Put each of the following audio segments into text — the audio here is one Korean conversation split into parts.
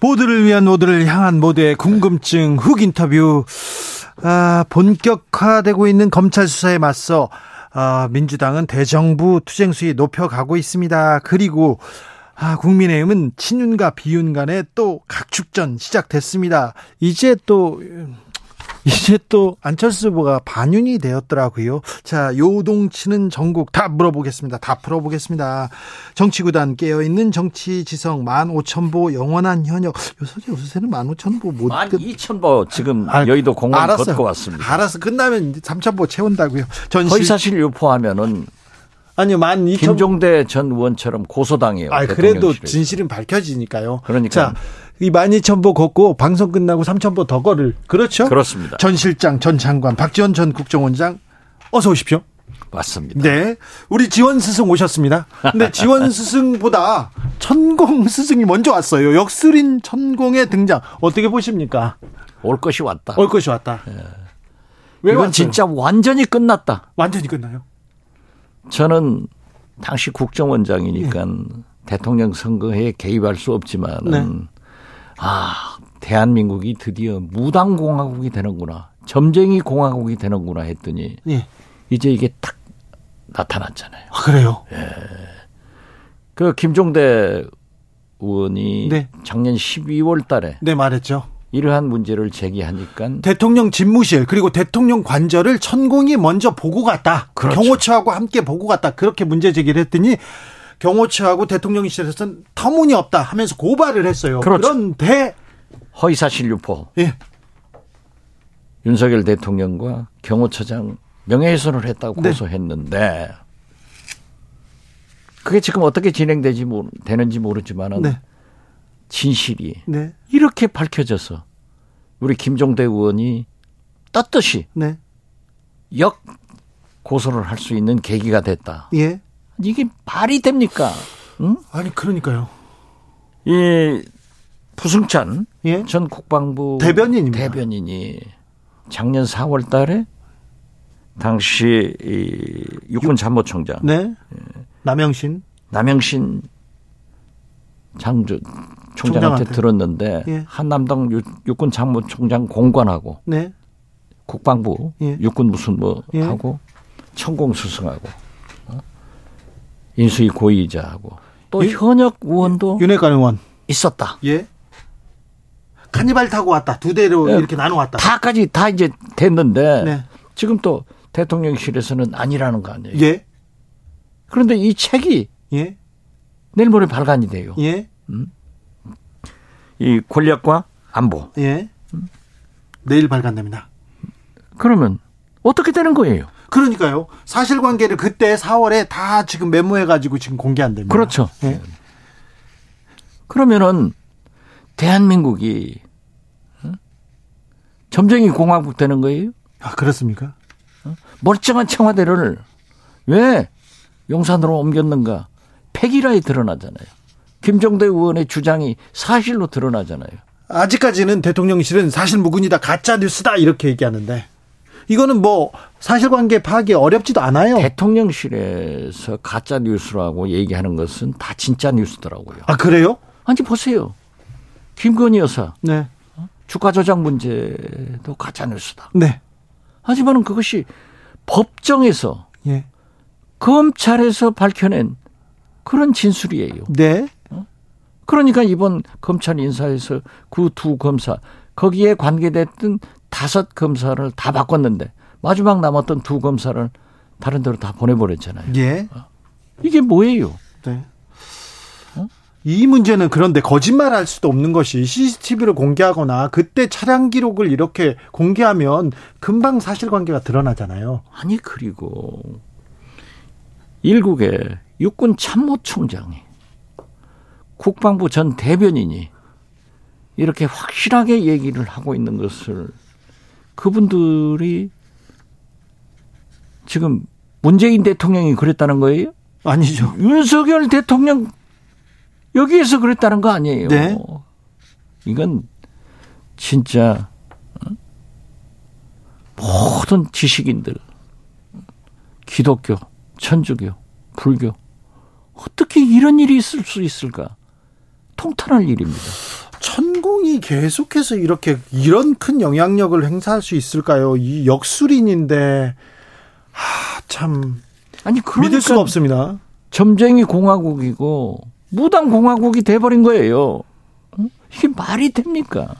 모두를 위한 모두를 향한 모두의 궁금증 훅 인터뷰 아, 본격화되고 있는 검찰 수사에 맞서 아, 민주당은 대정부 투쟁 수위 높여가고 있습니다. 그리고 아, 국민의힘은 친윤과 비윤 간의 또 각축전 시작됐습니다. 이제 또 이제 또 안철수 후보가 반윤이 되었더라고요. 자, 요동치는 전국 다 물어보겠습니다. 다 풀어보겠습니다. 정치구단 깨어있는 정치지성 15,000보 영원한 현역. 요새 요새는 15,000보 못 만 끝. 2,000보 지금 그 아, 여의도 공원 알았어요. 걷고 왔습니다. 알아서 끝나면 이제 3,000보 채운다고요. 거의 전시 사실 유포하면은 아니요 12,000보 김종대 전 의원처럼 고소당해요. 아, 그래도 대통령실에서. 진실은 밝혀지니까요. 그러니까요. 자, 이 12,000보 걷고 방송 끝나고 3,000보 더 걸을. 그렇죠? 그렇습니다. 전 실장, 전 장관, 박지원 전 국정원장 어서 오십시오. 맞습니다. 네. 우리 지원 스승 오셨습니다. 근데 지원 스승보다 천공 스승이 먼저 왔어요. 역술인 천공의 등장. 어떻게 보십니까? 올 것이 왔다. 올 것이 왔다. 어, 왜 예. 이건 왔어요? 진짜 완전히 끝났다. 완전히 끝나요? 저는 당시 국정원장이니까 대통령 선거에 개입할 수 없지만 네. 은아 대한민국이 드디어 무당 공화국이 되는구나 점쟁이 공화국이 되는구나 했더니 예. 이제 이게 탁 나타났잖아요. 아, 그래요. 예. 그 김종대 의원이 네. 작년 12월 달에 네, 말했죠. 이러한 문제를 제기하니까 대통령 집무실 그리고 대통령 관절을 천공이 먼저 보고 갔다. 그렇죠. 경호처하고 함께 보고 갔다. 그렇게 문제 제기를 했더니 경호처하고 대통령실에서는 터무니없다 하면서 고발을 했어요. 그렇죠. 런데 허위사실 유포 예. 윤석열 대통령과 경호처장 명예훼손을 했다고 네. 고소했는데 그게 지금 어떻게 진행되지 모- 되는지 모르지만은 네. 진실이 네. 이렇게 밝혀져서 우리 김종대 의원이 떳떳이 네. 역 고소를 할 수 있는 계기가 됐다. 예. 이게 말이 됩니까? 응? 아니 그러니까요. 이 부승찬 예. 전 국방부 대변인입니다. 대변인이 작년 4월 달에 당시 이 육군 참모총장 네. 남영신. 남영신 장조 총장한테 총장한테. 들었는데 예. 한남동 육- 육군 참모총장 공관하고 네. 국방부 예. 육군 무슨 뭐 예. 하고 천공 수승하고 어? 인수위 고위이자하고 예. 또 현역 의원도 윤핵관 의원. 있었다. 예. 카니발 타고 왔다. 두 대로 예. 이렇게 나눠 네. 왔다. 다까지 다 이제 됐는데 네. 지금 또 대통령실에서는 아니라는 거 아니에요. 예. 그런데 이 책이 예. 내일 모레 발간이 돼요. 예. 이 권력과 안보. 예. 내일 발간됩니다. 그러면 어떻게 되는 거예요? 그러니까요. 사실관계를 그때 4월에 다 지금 메모해가지고 지금 공개 안 됩니다. 그렇죠. 예. 그러면은 대한민국이 어? 점쟁이 공화국 되는 거예요? 아, 그렇습니까? 멀쩡한 청와대를 왜 용산으로 옮겼는가? 폐기라에 드러나잖아요. 김종대 의원의 주장이 사실로 드러나잖아요. 아직까지는 대통령실은 사실 무근이다, 가짜 뉴스다, 이렇게 얘기하는데. 이거는 뭐, 사실관계 파악이 어렵지도 않아요. 대통령실에서 가짜 뉴스라고 얘기하는 것은 다 진짜 뉴스더라고요. 아, 그래요? 아니 보세요. 김건희 여사 네. 주가 조작 문제도 가짜 뉴스다. 네. 하지만 그것이 법정에서 예. 검찰에서 밝혀낸 그런 진술이에요. 네. 그러니까 이번 검찰 인사에서 그 두 검사 거기에 관계됐던 다섯 검사를 다 바꿨는데 마지막 남았던 두 검사를 다른 데로 다 보내버렸잖아요. 예. 이게 뭐예요? 네. 어? 이 문제는 그런데 거짓말 할 수도 없는 것이 CCTV를 공개하거나 그때 차량 기록을 이렇게 공개하면 금방 사실관계가 드러나잖아요. 아니 그리고 일국의 육군 참모총장이 국방부 전 대변인이 이렇게 확실하게 얘기를 하고 있는 것을 그분들이 지금 문재인 대통령이 그랬다는 거예요? 아니죠. 윤석열 대통령 여기에서 그랬다는 거 아니에요? 네. 이건 진짜 어? 모든 지식인들 기독교, 천주교, 불교 어떻게 이런 일이 있을 수 있을까? 통탄할 일입니다. 천공이 계속해서 이렇게 이런 큰 영향력을 행사할 수 있을까요? 이 역술인인데 하, 참 아니 믿을 수가 그러니까 없습니다. 점쟁이 공화국이고 무당 공화국이 돼버린 거예요. 어? 이게 말이 됩니까?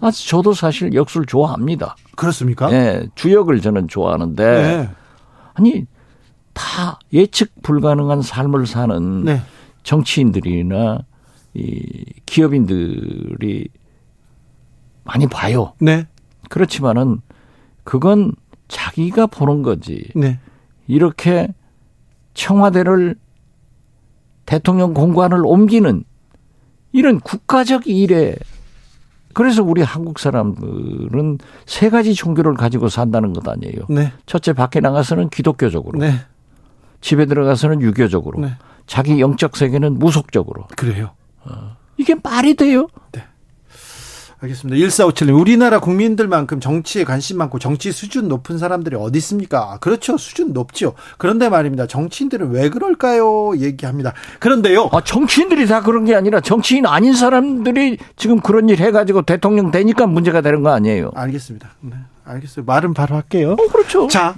아, 저도 사실 역술 좋아합니다. 그렇습니까? 예, 주역을 저는 좋아하는데 네. 아니 다 예측 불가능한 삶을 사는 네. 정치인들이나 이 기업인들이 많이 봐요. 네. 그렇지만은 그건 자기가 보는 거지. 네. 이렇게 청와대를 대통령 공관을 옮기는 이런 국가적 일에 그래서 우리 한국 사람들은 세 가지 종교를 가지고 산다는 것 아니에요. 네. 첫째 밖에 나가서는 기독교적으로, 네. 집에 들어가서는 유교적으로, 네. 자기 영적 세계는 무속적으로. 그래요. 이게 말이 돼요? 알겠습니다. 1457님, 우리나라 국민들만큼 정치에 관심 많고 정치 수준 높은 사람들이 어디 있습니까? 아, 그렇죠. 수준 높죠. 그런데 말입니다. 정치인들은 왜 그럴까요? 얘기합니다. 그런데요. 아, 정치인들이 다 그런 게 아니라 정치인 아닌 사람들이 지금 그런 일 해가지고 대통령 되니까 문제가 되는 거 아니에요. 알겠습니다. 네, 알겠어요. 말은 바로 할게요. 어, 그렇죠. 아, 자,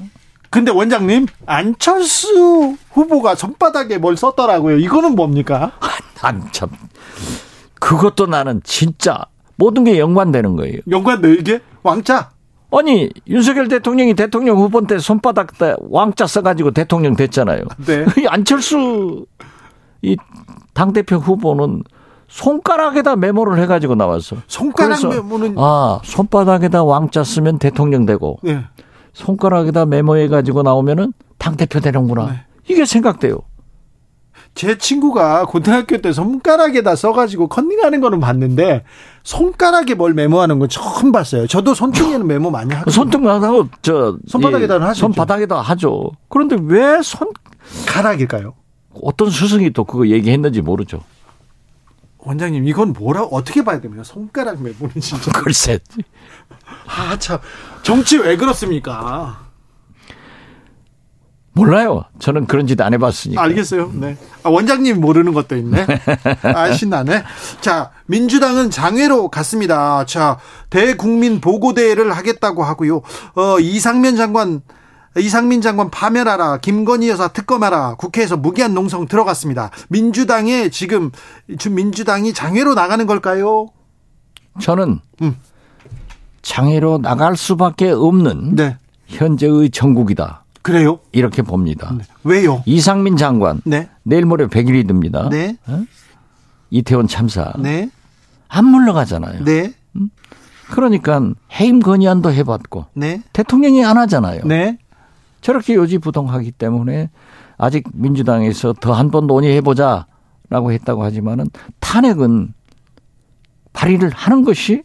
근데 원장님, 안철수 후보가 손바닥에 뭘 썼더라고요. 이거는 뭡니까? 아, 난 참. 그것도 나는 진짜 모든 게 연관되는 거예요. 연관돼, 이게? 왕자? 아니, 윤석열 대통령이 대통령 후보 때 손바닥 때 왕자 써가지고 대통령 됐잖아요. 네. 이 안철수 이 당대표 후보는 손가락에다 메모를 해가지고 나왔어. 손가락 그래서, 메모는- 아, 손바닥에다 왕자 쓰면 대통령 되고, 네. 손가락에다 메모해가지고 나오면은 당대표 되는구나. 네. 이게 생각돼요. 제 친구가 고등학교 때 손가락에다 써가지고 컨닝하는 거는 봤는데 손가락에 뭘 메모하는 건 처음 봤어요. 저도 손등에는 메모 많이 하고 손등하고 저 손바닥에다 하죠. 손바닥에다 하죠. 그런데 왜 손 가락일까요? 어떤 스승이 또 그거 얘기했는지 모르죠. 원장님 이건 뭐라 어떻게 봐야 됩니까? 손가락 메모는 진짜 글쎄. 아참 정치 왜 그렇습니까? 몰라요. 저는 그런 짓 안 해봤으니까. 알겠어요. 네 아, 원장님 모르는 것도 있네. 아 신나네. 자 민주당은 장외로 갔습니다. 자 대국민 보고대회를 하겠다고 하고요. 어 이상면 장관 이상민 장관 파면하라, 김건희 여사 특검하라, 국회에서 무기한 농성 들어갔습니다. 민주당의 지금 지금 민주당이 장외로 나가는 걸까요? 저는 음. 장애로 나갈 수밖에 없는 네, 현재의 정국이다. 그래요. 네. 이렇게 봅니다. 왜요? 이상민 장관. 네, 내일 모레 100일이 듭니다. 네, 이태원 참사. 네, 안 물러가잖아요. 네, 그러니까 해임 건의안도 해봤고 네, 대통령이 안 하잖아요. 네. 저렇게 요지부동하기 때문에 아직 민주당에서 더 한 번 논의해보자라고 했다고 하지만은 탄핵은 발의를 하는 것이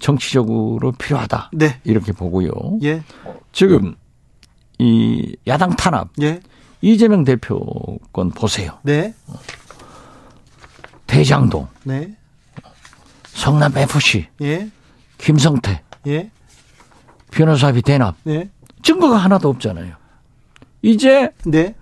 정치적으로 필요하다. 네. 이렇게 보고요. 예, 지금 이 야당 탄압 예, 이재명 대표권 보세요. 네, 대장동, 네, 성남 FC, 예, 김성태, 예, 변호사비 대납 네, 증거가 하나도 없잖아요. 이제 네.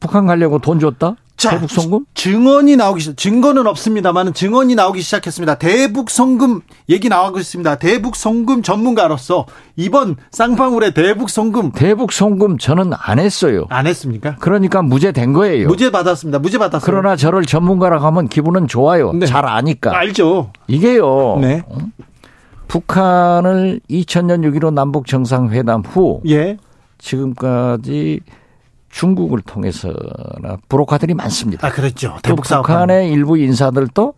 북한 가려고 돈 줬다? 자, 대북 송금? 증언이 나오기 시작, 증거는 없습니다만 증언이 나오기 시작했습니다. 대북 송금 얘기 나오고 있습니다. 대북 송금 전문가로서 이번 쌍방울의 대북 송금 대북 송금 저는 안 했어요. 안 했습니까? 그러니까 무죄된 거예요. 무죄 받았습니다. 무죄 받았어요. 그러나 저를 전문가라고 하면 기분은 좋아요. 네. 잘 아니까. 알죠. 이게요. 네, 북한을 2000년 6.15 남북 정상회담 후 예, 지금까지 중국을 통해서나 브로커들이 많습니다. 아 그랬죠. 또 대북 사업 북한의 일부 인사들도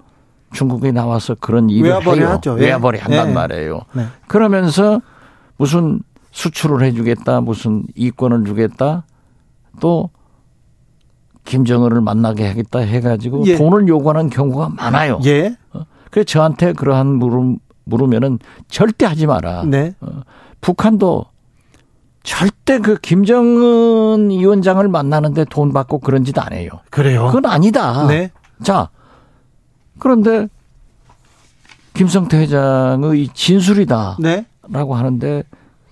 중국에 나와서 그런 일을 외화벌이 해요. 하죠. 예. 외화벌이 한단 예. 말이에요. 네. 그러면서 무슨 수출을 해주겠다, 무슨 이권을 주겠다, 또 김정은을 만나게 하겠다 해가지고 예. 돈을 요구하는 경우가 많아요. 예. 어? 그래서 저한테 그러한 물음, 물으면은 절대 하지 마라. 네. 어, 북한도 절대 그 김정은 위원장을 만나는데 돈 받고 그런 짓 안 해요. 그래요. 그건 아니다. 어? 네. 자, 그런데 김성태 회장의 이 진술이다라고 네. 하는데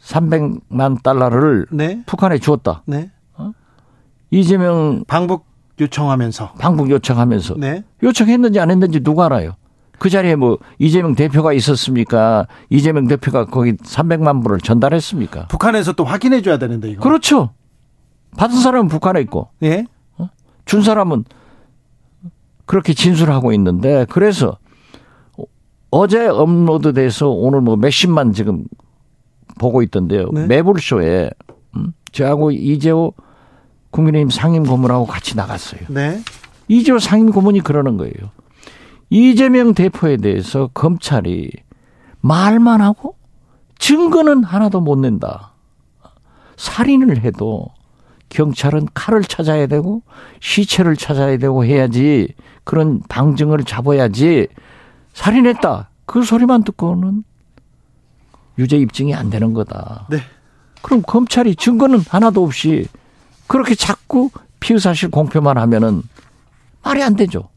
300만 달러를 네. 북한에 주었다. 네. 이재명 방북 요청하면서. 방북 요청하면서 네. 요청했는지 안 했는지 누가 알아요? 그 자리에 뭐 이재명 대표가 있었습니까? 이재명 대표가 거기 300만 불을 전달했습니까? 북한에서 또 확인해 줘야 되는데 이거. 그렇죠. 받은 사람은 북한에 있고 예. 준 사람은 그렇게 진술하고 있는데 그래서 어제 업로드돼서 오늘 뭐 몇십만 지금 보고 있던데요. 네. 매불쇼에 음, 저하고 이재호 국민의힘 상임 고문하고 같이 나갔어요. 네. 이재호 상임 고문이 그러는 거예요. 이재명 대표에 대해서 검찰이 말만 하고 증거는 하나도 못 낸다. 살인을 해도 경찰은 칼을 찾아야 되고 시체를 찾아야 되고 해야지 그런 방증을 잡아야지 살인했다. 그 소리만 듣고는 유죄 입증이 안 되는 거다. 네. 그럼 검찰이 증거는 하나도 없이 그렇게 자꾸 피의사실 공표만 하면은 말이 안 되죠.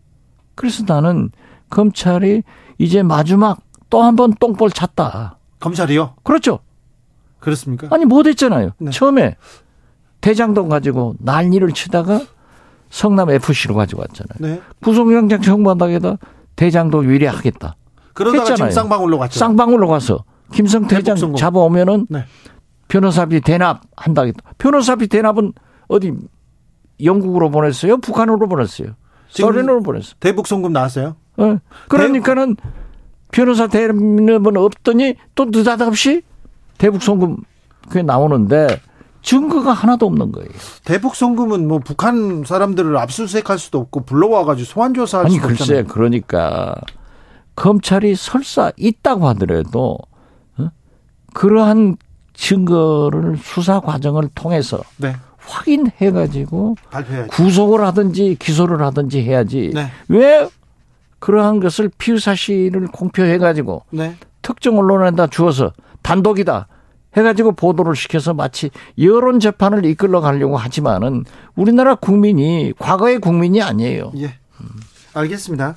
그래서 나는 검찰이 이제 마지막 또 한 번 똥볼 찼다. 검찰이요. 그렇죠. 그렇습니까? 아니 못했잖아요. 네. 처음에 대장동 가지고 난리를 치다가 성남 FC로 가지고 왔잖아요. 네. 구속영장 청구한다기다 대장동 위례하겠다. 그러다가 지금 했잖아요. 쌍방울로 갔죠. 쌍방울로 가서 김성태 회장 대북송금. 잡아오면은 네. 변호사비 대납 한다겠다. 변호사비 대납은 어디 영국으로 보냈어요? 북한으로 보냈어요? 지금- 소련으로 보냈어요? 대북 송금 나왔어요. 어, 그러니까는 변호사 대리인은 없더니 또 느닷없이 대북 송금 그게 나오는데 증거가 하나도 없는 거예요. 대북 송금은 뭐 북한 사람들을 압수수색할 수도 없고 불러와 가지고 소환 조사할 아니 수도 글쎄 없잖아요. 그러니까 검찰이 설사 있다고 하더라도 어? 그러한 증거를 수사 과정을 통해서 네. 확인해 가지고 발표해야죠. 구속을 하든지 기소를 하든지 해야지 네. 왜 그러한 것을 피의 사실을 공표해 가지고 네. 특정 언론에다 주어서 단독이다 해가지고 보도를 시켜서 마치 여론 재판을 이끌러 가려고 하지만은 우리나라 국민이 과거의 국민이 아니에요. 예. 알겠습니다.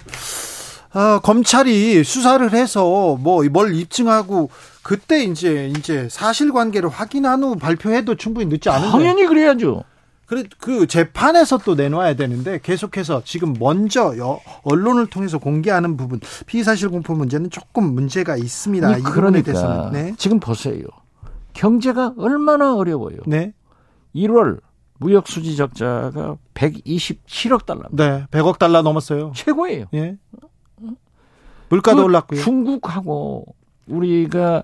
아, 검찰이 수사를 해서 뭐 뭘 입증하고 그때 이제 이제 사실관계를 확인한 후 발표해도 충분히 늦지 않은데. 당연히 그래야죠. 그래 그 재판에서 또 내놔야 되는데 계속해서 지금 먼저 여- 언론을 통해서 공개하는 부분 피의 사실 공포 문제는 조금 문제가 있습니다. 아니, 이 부분에 그러니까 대해서는 네. 지금 보세요. 경제가 얼마나 어려워요. 네. 1월 무역 수지 적자가 127억 달러입니다. 네. 100억 달러 넘었어요. 최고예요. 예. 물가도 그 올랐고요. 중국하고 우리가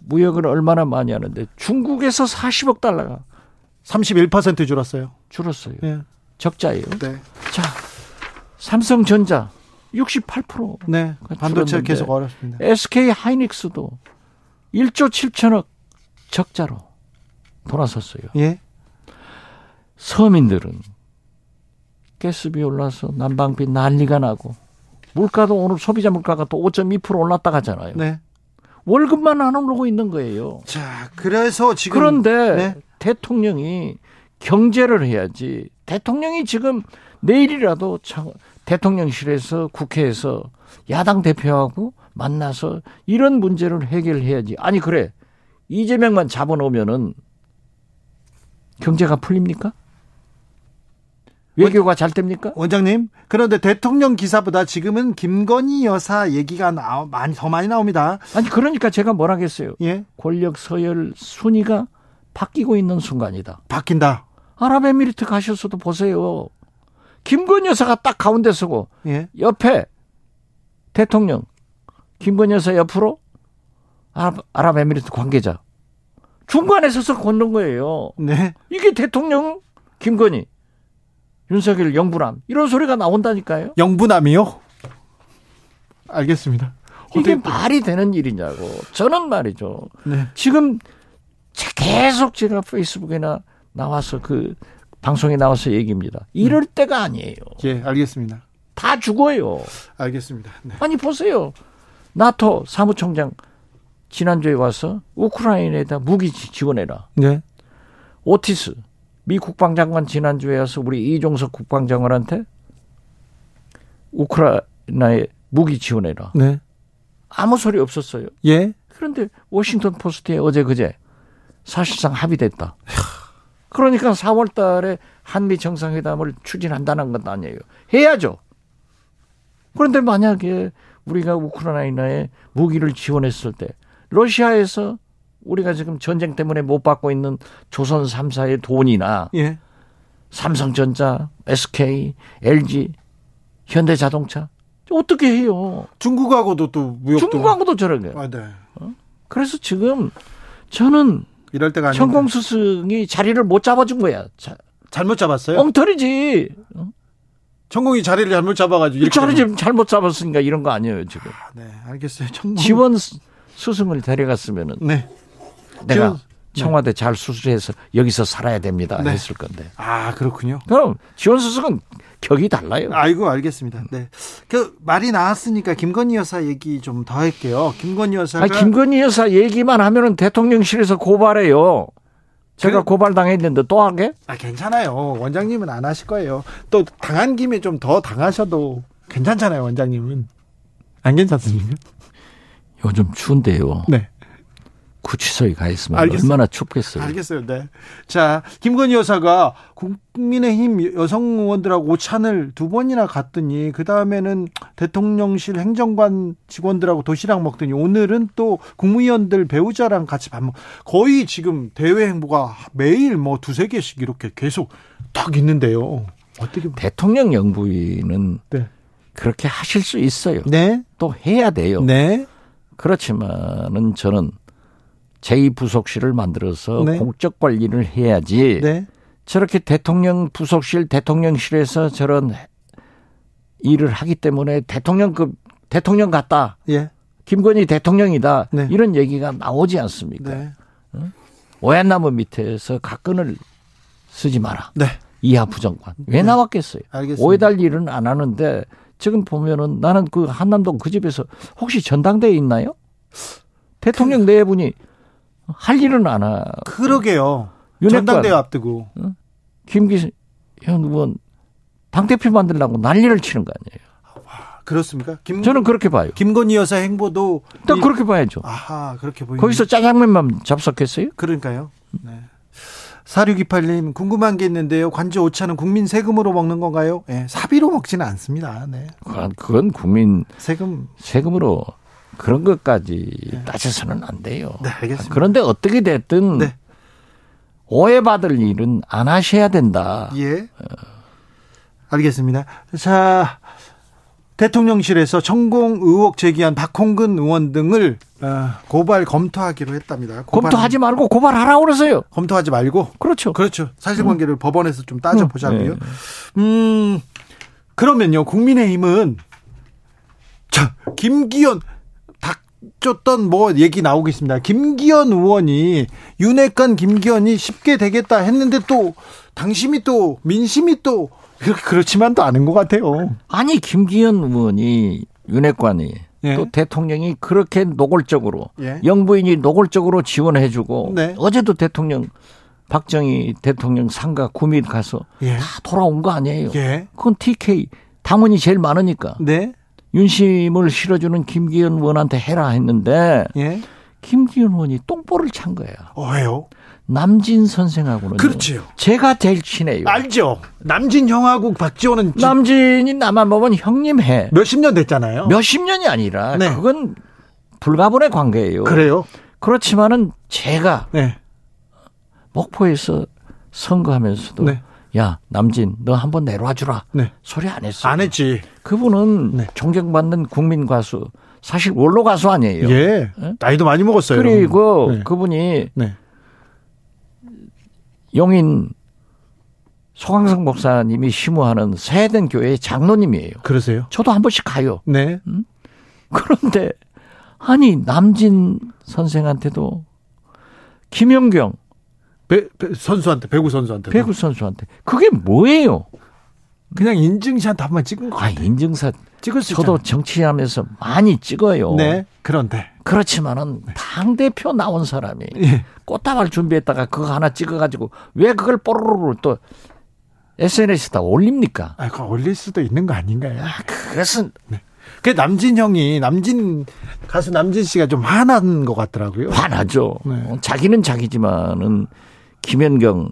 무역을 얼마나 많이 하는데 중국에서 40억 달러가 31% 줄었어요. 줄었어요. 예. 적자예요. 네. 자, 삼성전자 68%, 네. 반도체 그러니까 줄었는데. 계속 어렵습니다. SK 하이닉스도 1조 7천억 적자로 돌아섰어요. 예. 서민들은 가스비 올라서 난방비 난리가 나고 물가도 오늘 소비자 물가가 또 5.2% 올랐다 가잖아요. 네. 월급만 안 오르고 있는 거예요. 자, 그래서 지금 그런데 네. 대통령이 경제를 해야지. 대통령이 지금 내일이라도 참- 대통령실에서 국회에서 야당 대표하고 만나서 이런 문제를 해결해야지. 아니 그래 이재명만 잡아놓으면은 경제가 풀립니까? 외교가 잘 됩니까? 원장님, 그런데 대통령 기사보다 지금은 김건희 여사 얘기가 나, 많이 더 많이 나옵니다. 아니 그러니까 제가 뭐라겠어요. 예. 권력 서열 순위가 바뀌고 있는 순간이다. 바뀐다. 아랍에미리트 가셔서도 보세요. 김건 여사가 딱 가운데 서고 예. 옆에 대통령 김건 여사 옆으로 아랍, 아랍에미리트 관계자 중간에 서서 걷는 거예요. 네. 이게 대통령 김건희 윤석열 영부람 이런 소리가 나온다니까요. 영부남이요? 알겠습니다. 이게 말이 되는 일이냐고 저는 말이죠. 네. 지금 계속 제가 페이스북에나 나와서 그 방송에 나와서 얘기입니다. 이럴 때가 아니에요. 예, 알겠습니다. 다 죽어요. 알겠습니다. 네. 아니 보세요. 나토 사무총장 지난주에 와서 우크라이나에다 무기 지- 지원해라. 네. 오티스 미 국방장관 지난주에 와서 우리 이종석 국방장관한테 우크라이나에 무기 지원해라. 네. 아무 소리 없었어요. 예. 그런데 워싱턴 포스트에 어제 그제 사실상 합의됐다. 그러니까 4월 달에 한미 정상회담을 추진한다는 건 아니에요. 해야죠. 그런데 만약에 우리가 우크라이나에 무기를 지원했을 때 러시아에서 우리가 지금 전쟁 때문에 못 받고 있는 조선 3사의 돈이나 예. 삼성전자, SK, LG, 현대자동차 어떻게 해요? 중국하고도 또 무역도 중국하고도 저런 거예요. 아, 네. 그래서 지금 저는 이럴 때가 아니고 천공 스승이 자리를 못 잡아준 거야. 자, 잘못 잡았어요. 엉터리지. 천공이 자리를 잘못 잡아가지고 이렇게 자리 되는 지금 잘못 잡았으니까 이런 거 아니에요 지금. 거야. 네, 알겠어요. 천공 지원 스- 스승을 데려갔으면은 네. 내가 지원- 청와대 잘 수술해서 여기서 살아야 됩니다 네. 했을 건데. 아 그렇군요. 그럼 지원 스승은 격이 달라요. 아이고 알겠습니다. 네, 그 말이 나왔으니까 김건희 여사 얘기 좀 더 할게요. 김건희 여사가 아니, 김건희 여사 얘기만 하면은 대통령실에서 고발해요. 그래- 제가 고발당했는데 또 하게? 아, 괜찮아요. 원장님은 안 하실 거예요. 또 당한 김에 좀 더 당하셔도 괜찮잖아요. 원장님은 안 괜찮습니까? 요즘 추운데요. 네. 구치소에 가 있으면 알겠어요. 얼마나 춥겠어요. 알겠어요. 네. 자, 김건희 여사가 국민의힘 여성 의원들하고 오찬을 두 번이나 갔더니 그 다음에는 대통령실 행정관 직원들하고 도시락 먹더니 오늘은 또 국무위원들 배우자랑 같이 밥 먹. 거의 지금 대외 행보가 매일 뭐 두세 개씩 이렇게 계속 딱 있는데요. 어떻게 보- 대통령 영부인은 네. 그렇게 하실 수 있어요. 네. 또 해야 돼요. 네. 그렇지만은 저는 제2부속실을 만들어서 네. 공적 관리를 해야지 네. 저렇게 대통령 부속실, 대통령실에서 저런 일을 하기 때문에 대통령급, 대통령 같다. 예. 김건희 대통령이다. 네. 이런 얘기가 나오지 않습니까? 네. 오얏나무 밑에서 각근을 쓰지 마라. 네. 이하 부정관. 왜 나왔겠어요? 알겠습니다. 오해달 일은 안 하는데 지금 보면은 나는 그 한남동 그 집에서 혹시 전당대회 있나요? 그- 대통령 내분이 할 일은 안 하. 그러게요. 윤핵관. 음. 전당대회 앞두고. 김기현 의원 당대표 만들려고 난리를 치는 거 아니에요. 그렇습니까? 김, 저는 그렇게 봐요. 김건희 여사 행보도. 일단 이- 그렇게 봐야죠. 아하, 그렇게 보이네요. 거기서 짜장면만 잡석했어요? 그러니까요. 네. 4628님, 궁금한 게 있는데요. 관저 오차는 국민 세금으로 먹는 건가요? 예, 사비로 먹지는 않습니다. 네. 그건- 그건 국민 세금. 세금으로 그런 것까지 따져서는 안 돼요. 네, 알겠습니다. 그런데 어떻게 됐든 네. 오해받을 일은 안 하셔야 된다. 예. 알겠습니다. 자, 대통령실에서 천공 의혹 제기한 박홍근 의원 등을 어, 고발 검토하기로 했답니다. 고발- 검토하지 말고 고발하라고 그러세요. 검토하지 말고 그렇죠. 그렇죠. 사실관계를 법원에서 좀 따져보자고요. 음, 그러면요. 국민의힘은 자 김기현 닥 쫓던 뭐 얘기 나오고 있습니다. 김기현 의원이 윤핵관 김기현이 쉽게 되겠다 했는데 또 당심이 또 민심이 또 그렇게 그렇지만도 않은 것 같아요. 아니 김기현 의원이 윤핵관이 예. 또 대통령이 그렇게 노골적으로 예. 영부인이 노골적으로 지원해주고 네. 어제도 대통령 박정희 대통령 상가 구민 가서 예. 다 돌아온 거 아니에요. 예. 그건 TK 당원이 제일 많으니까 네. 윤심을 실어주는 김기현 의원한테 해라 했는데 예. 김기현 의원이 똥볼을 찬 거야. 어, 왜요? 남진 선생하고는 그렇지요. 제가 제일 친해요. 알죠. 남진 형하고 박지원은 지- 남진이 나만 보면 형님 해. 몇십 년 됐잖아요. 몇십 년이 아니라 네. 그건 불가분의 관계예요. 그래요? 지만은 제가 네. 목포에서 선거하면서도 네. 야 남진 너 한번 내려와 주라 네. 소리 안 했어. 안 했지. 그분은 네. 존경받는 국민 가수 사실 원로 가수 아니에요. 예. 예? 나이도 많이 먹었어요. 그리고 네. 그분이 네. 용인 소강성 목사님이 심우하는 세해된 교회의 장로님이에요. 그러세요? 저도 한 번씩 가요. 네. 그런데 아니 남진 선생한테도 김용경 배, 배- 선수한테 배구 선수한테 배구 선수한테 그게 뭐예요? 그냥 인증샷 한 번 찍은 거 아 인증사 찍을 수 저도 정치하면서 많이 찍어요. 네 그런데 그렇지만은 당 대표 나온 사람이 예. 꽃다발 준비했다가 그거 하나 찍어가지고 왜 그걸 뽀로로 또 SNS에다 올립니까? 아, 그거 올릴 수도 있는 거 아닌가요? 아, 그것은 그 남진 형이 남진 가수 남진 씨가 좀 화난 것 같더라고요. 화나죠. 네. 어, 자기는 자기지만은 김연경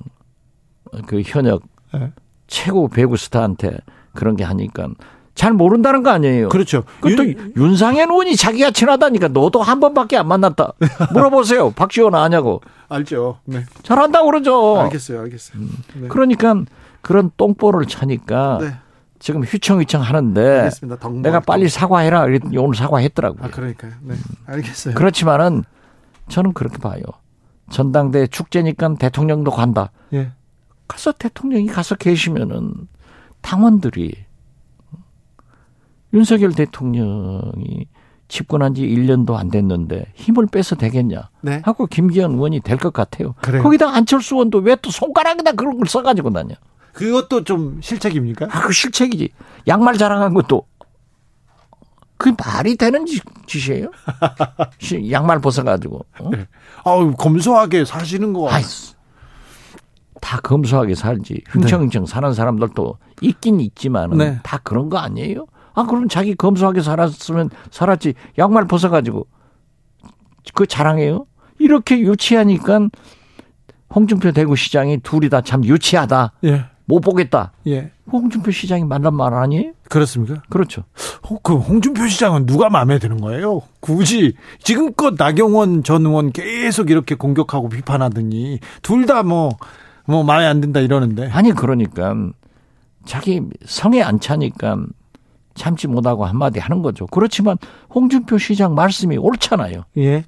그 현역 네. 최고 배구 스타한테 그런 게 하니까 잘 모른다는 거 아니에요. 그렇죠. 그또 윤- 윤상현 의원이 자기가 친하다니까 너도 한 번밖에 안 만났다. 물어보세요. 박지원 아냐고. 알죠. 네. 잘한다고 그러죠. 알겠어요. 알겠어요. 네. 그러니까 그런 똥보를 차니까 네. 지금 휘청휘청 하는데 알겠습니다. 덕목. 내가 빨리 사과해라. 그랬더니 오늘 사과했더라고요. 아, 그러니까요. 네. 알겠어요. 그렇지만은 저는 그렇게 봐요. 전당대 축제니까 대통령도 간다. 예. 가서 대통령이 가서 계시면은 당원들이 윤석열 대통령이 집권한 지 1년도 안 됐는데 힘을 빼서 되겠냐 네. 하고 김기현 의원이 될 것 같아요. 그래요. 거기다 안철수 의원도 왜 또 손가락에다 그런 걸 써가지고 다녀. 그것도 좀 실책입니까? 아, 그 실책이지. 양말 자랑한 것도 그게 말이 되는 짓- 짓이에요? 시- 양말 벗어가지고. 어? 네. 아우, 검소하게 사시는 거. 아이, 다 검소하게 살지. 흥청흥청 사는 사람들도 있긴 있지만 네. 은다 그런 거 아니에요? 아, 그럼 자기 검소하게 살았으면 살았지. 양말 벗어가지고. 그 자랑해요? 이렇게 유치하니까 홍준표 대구시장이 둘이 다 참 유치하다. 예. 못 보겠다. 예. 홍준표 시장이 말란 말 아니에요? 그렇습니까? 그렇죠. 어, 그 홍준표 시장은 누가 마음에 드는 거예요? 굳이 지금껏 나경원 전 의원 계속 이렇게 공격하고 비판하더니 둘 다 뭐 뭐 마음에 안 든다 이러는데. 아니 그러니까 자기 성에 안 차니까 참지 못하고 한마디 하는 거죠. 그렇지만 홍준표 시장 말씀이 옳잖아요. 예.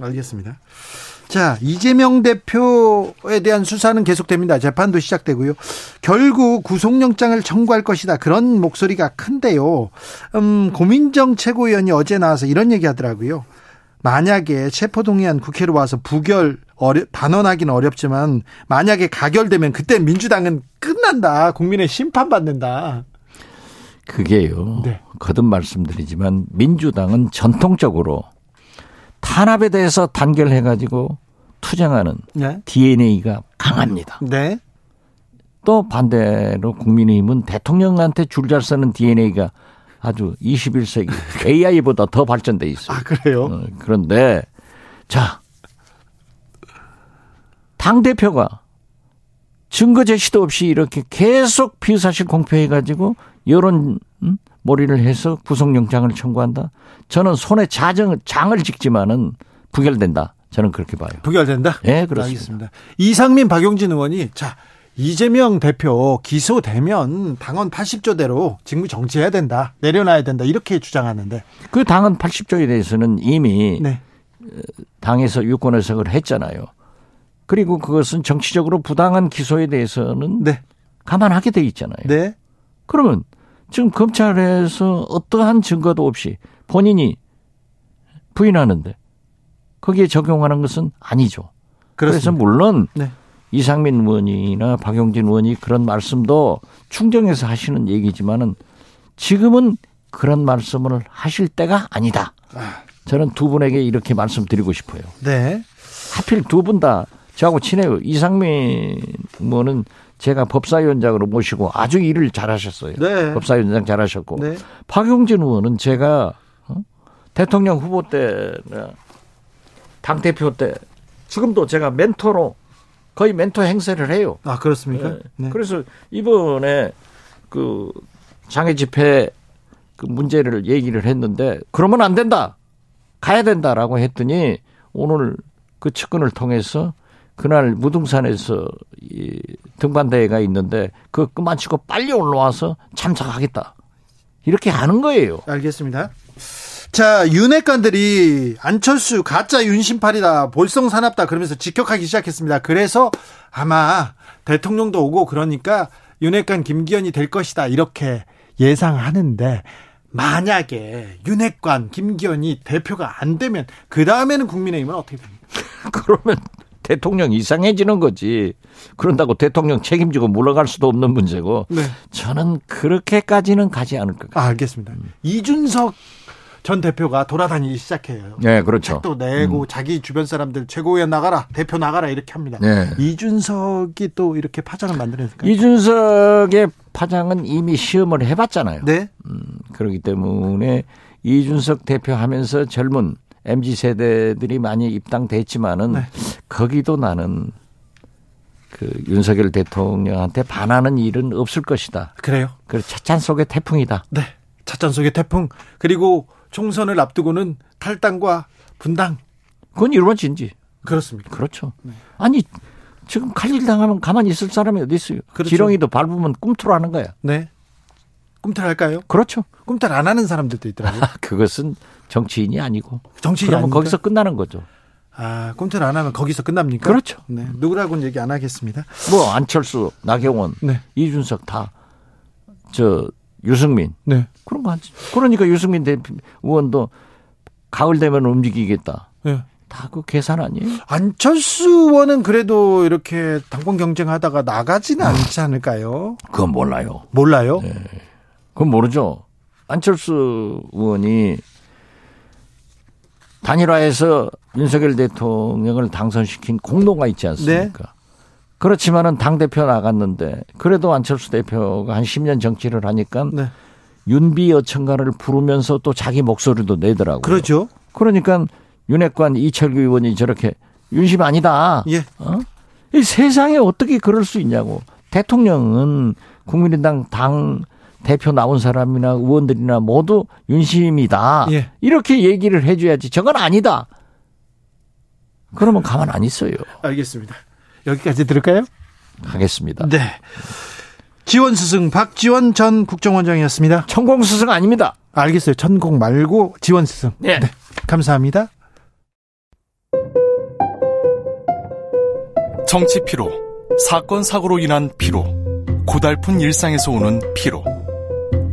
알겠습니다. 자, 이재명 대표에 대한 수사는 계속됩니다. 재판도 시작되고요. 결국 구속영장을 청구할 것이다. 그런 목소리가 큰데요. 음, 고민정 최고위원이 어제 나와서 이런 얘기 하더라고요. 만약에 체포동의안 국회로 와서 부결, 어려, 단언하기는 어렵지만, 만약에 가결되면 그때 민주당은 끝난다. 국민의 심판받는다. 그게요. 네. 거듭 말씀드리지만 민주당은 전통적으로 탄압에 대해서 단결해 가지고 투쟁하는 네. DNA가 강합니다. 네. 또 반대로 국민의힘은 대통령한테 줄 잘 서는 DNA가 아주 21세기 AI보다 더 발전돼 있어요. 아, 그래요? 어, 그런데 자, 당 대표가 증거 제시도 없이 이렇게 계속 비사실 공표해 가지고 여론 음, 몰이를 해서 구속영장을 청구한다. 저는 손에 자정 장을 찍지만은 부결된다. 저는 그렇게 봐요. 부결된다? 예, 그렇습니다. 알겠습니다. 이상민 박용진 의원이 자 이재명 대표 기소되면 당원 80조대로 직무 정지해야 된다 내려놔야 된다 이렇게 주장하는데 그 당은 80조에 대해서는 이미 네 당에서 유권 해석을 했잖아요. 그리고 그것은 정치적으로 부당한 기소에 대해서는 네, 감안하게 돼 있잖아요. 네. 그러면 지금 검찰에서 어떠한 증거도 없이 본인이 부인하는데 거기에 적용하는 것은 아니죠. 그래서 그렇습니다. 물론 네. 이상민 의원이나 박용진 의원이 그런 말씀도 충정에서 하시는 얘기지만은 지금은 그런 말씀을 하실 때가 아니다. 저는 두 분에게 이렇게 말씀드리고 싶어요. 네. 하필 두 분 다 저하고 친해요. 이상민 의원은 제가 법사위원장으로 모시고 아주 일을 잘하셨어요. 네. 법사위원장 잘하셨고 네. 박용진 의원은 제가 어? 대통령 후보 때당 대표 때 지금도 제가 멘토로 거의 멘토 행세를 해요. 아 그렇습니까? 예. 네. 그래서 이번에 그 장애 집회 그 문제를 얘기를 했는데 그러면 안 된다 가야 된다라고 했더니 오늘 그 측근을 통해서 그날 무등산에서 이 등반대회가 있는데 그거 그만치고 빨리 올라와서 참석하겠다 이렇게 하는 거예요. 알겠습니다. 자 윤핵관들이 안철수 가짜 윤심팔이다 볼성 사납다 그러면서 직격하기 시작했습니다. 그래서 아마 대통령도 오고 그러니까 윤핵관 김기현이 될 것이다 이렇게 예상하는데 만약에 윤핵관 김기현이 대표가 안 되면 그 다음에는 국민의힘은 어떻게 됩니까? 그러면 대통령 이상해지는 거지. 그런다고 대통령 책임지고 물러갈 수도 없는 문제고 네. 저는 그렇게까지는 가지 않을 것 같아요. 아, 알겠습니다. 이준석 전 대표가 돌아다니기 시작해요. 네, 그렇죠. 책도 내고 자기 주변 사람들 최고위원 나가라, 대표 나가라 이렇게 합니다. 네. 이준석이 또 이렇게 파장을 만들어니까 그러니까 이준석의 파장은 이미 시험을 해봤잖아요. 네. 음, 그렇기 때문에 이준석 대표하면서 젊은 mz 세대들이 많이 입당돼 있지만은 네. 거기도 나는 그 윤석열 대통령한테 반하는 일은 없을 것이다. 그래요. 그 차찬 속의 태풍이다. 네. 찻잔 속의 태풍 그리고 총선을 앞두고는 탈당과 분당 그건 이루어진지 그렇습니다. 그렇죠. 네. 아니 지금 칼질 당하면 가만히 있을 사람이 어디 있어요? 그렇죠. 지렁이도 밟으면 꿈틀하는 거야. 네. 꿈틀할까요? 그렇죠. 꿈틀 안 하는 사람들도 있더라고요. 아, 그것은 정치인이 아니고 네. 정치인이 그러면 아닙니까? 거기서 끝나는 거죠. 아, 꿈틀 안 하면 거기서 끝납니까? 그렇죠. 네. 누구라고는 얘기 안 하겠습니다. 뭐 안철수, 나경원, 네. 이준석 다 저 유승민 네. 그런 거 하지. 그러니까 유승민 대표 의원도 가을 되면 움직이겠다. 네. 다 그 계산 아니에요? 안철수 의원은 그래도 이렇게 당권 경쟁하다가 나가지는 않지 않을까요? 그건 몰라요. 아. 네, 몰라요. 그건 모르죠. 안철수 의원이 단일화에서 윤석열 대통령을 당선시킨 공로가 있지 않습니까? 네. 그렇지만은 당 대표 나갔는데 그래도 안철수 대표가 한 10년 정치를 하니까 네. 윤비 여천가를 부르면서 또 자기 목소리도 내더라고요. 그러죠. 그러니까 윤핵관 이철규 의원이 저렇게 윤심 아니다. 예. 어? 이 세상에 어떻게 그럴 수 있냐고. 대통령은 국민의당 당 대표 나온 사람이나 의원들이나 모두 윤심이다. 예. 이렇게 얘기를 해줘야지. 저건 아니다. 그러면 가만 안 있어요. 알겠습니다. 여기까지 들을까요? 가겠습니다. 네. 지원 스승 박지원 전 국정원장이었습니다. 천공수석 아닙니다. 알겠어요. 천공 말고 지원 스승. 네. 감사합니다. 정치 피로, 사건 사고로 인한 피로, 고달픈 일상에서 오는 피로.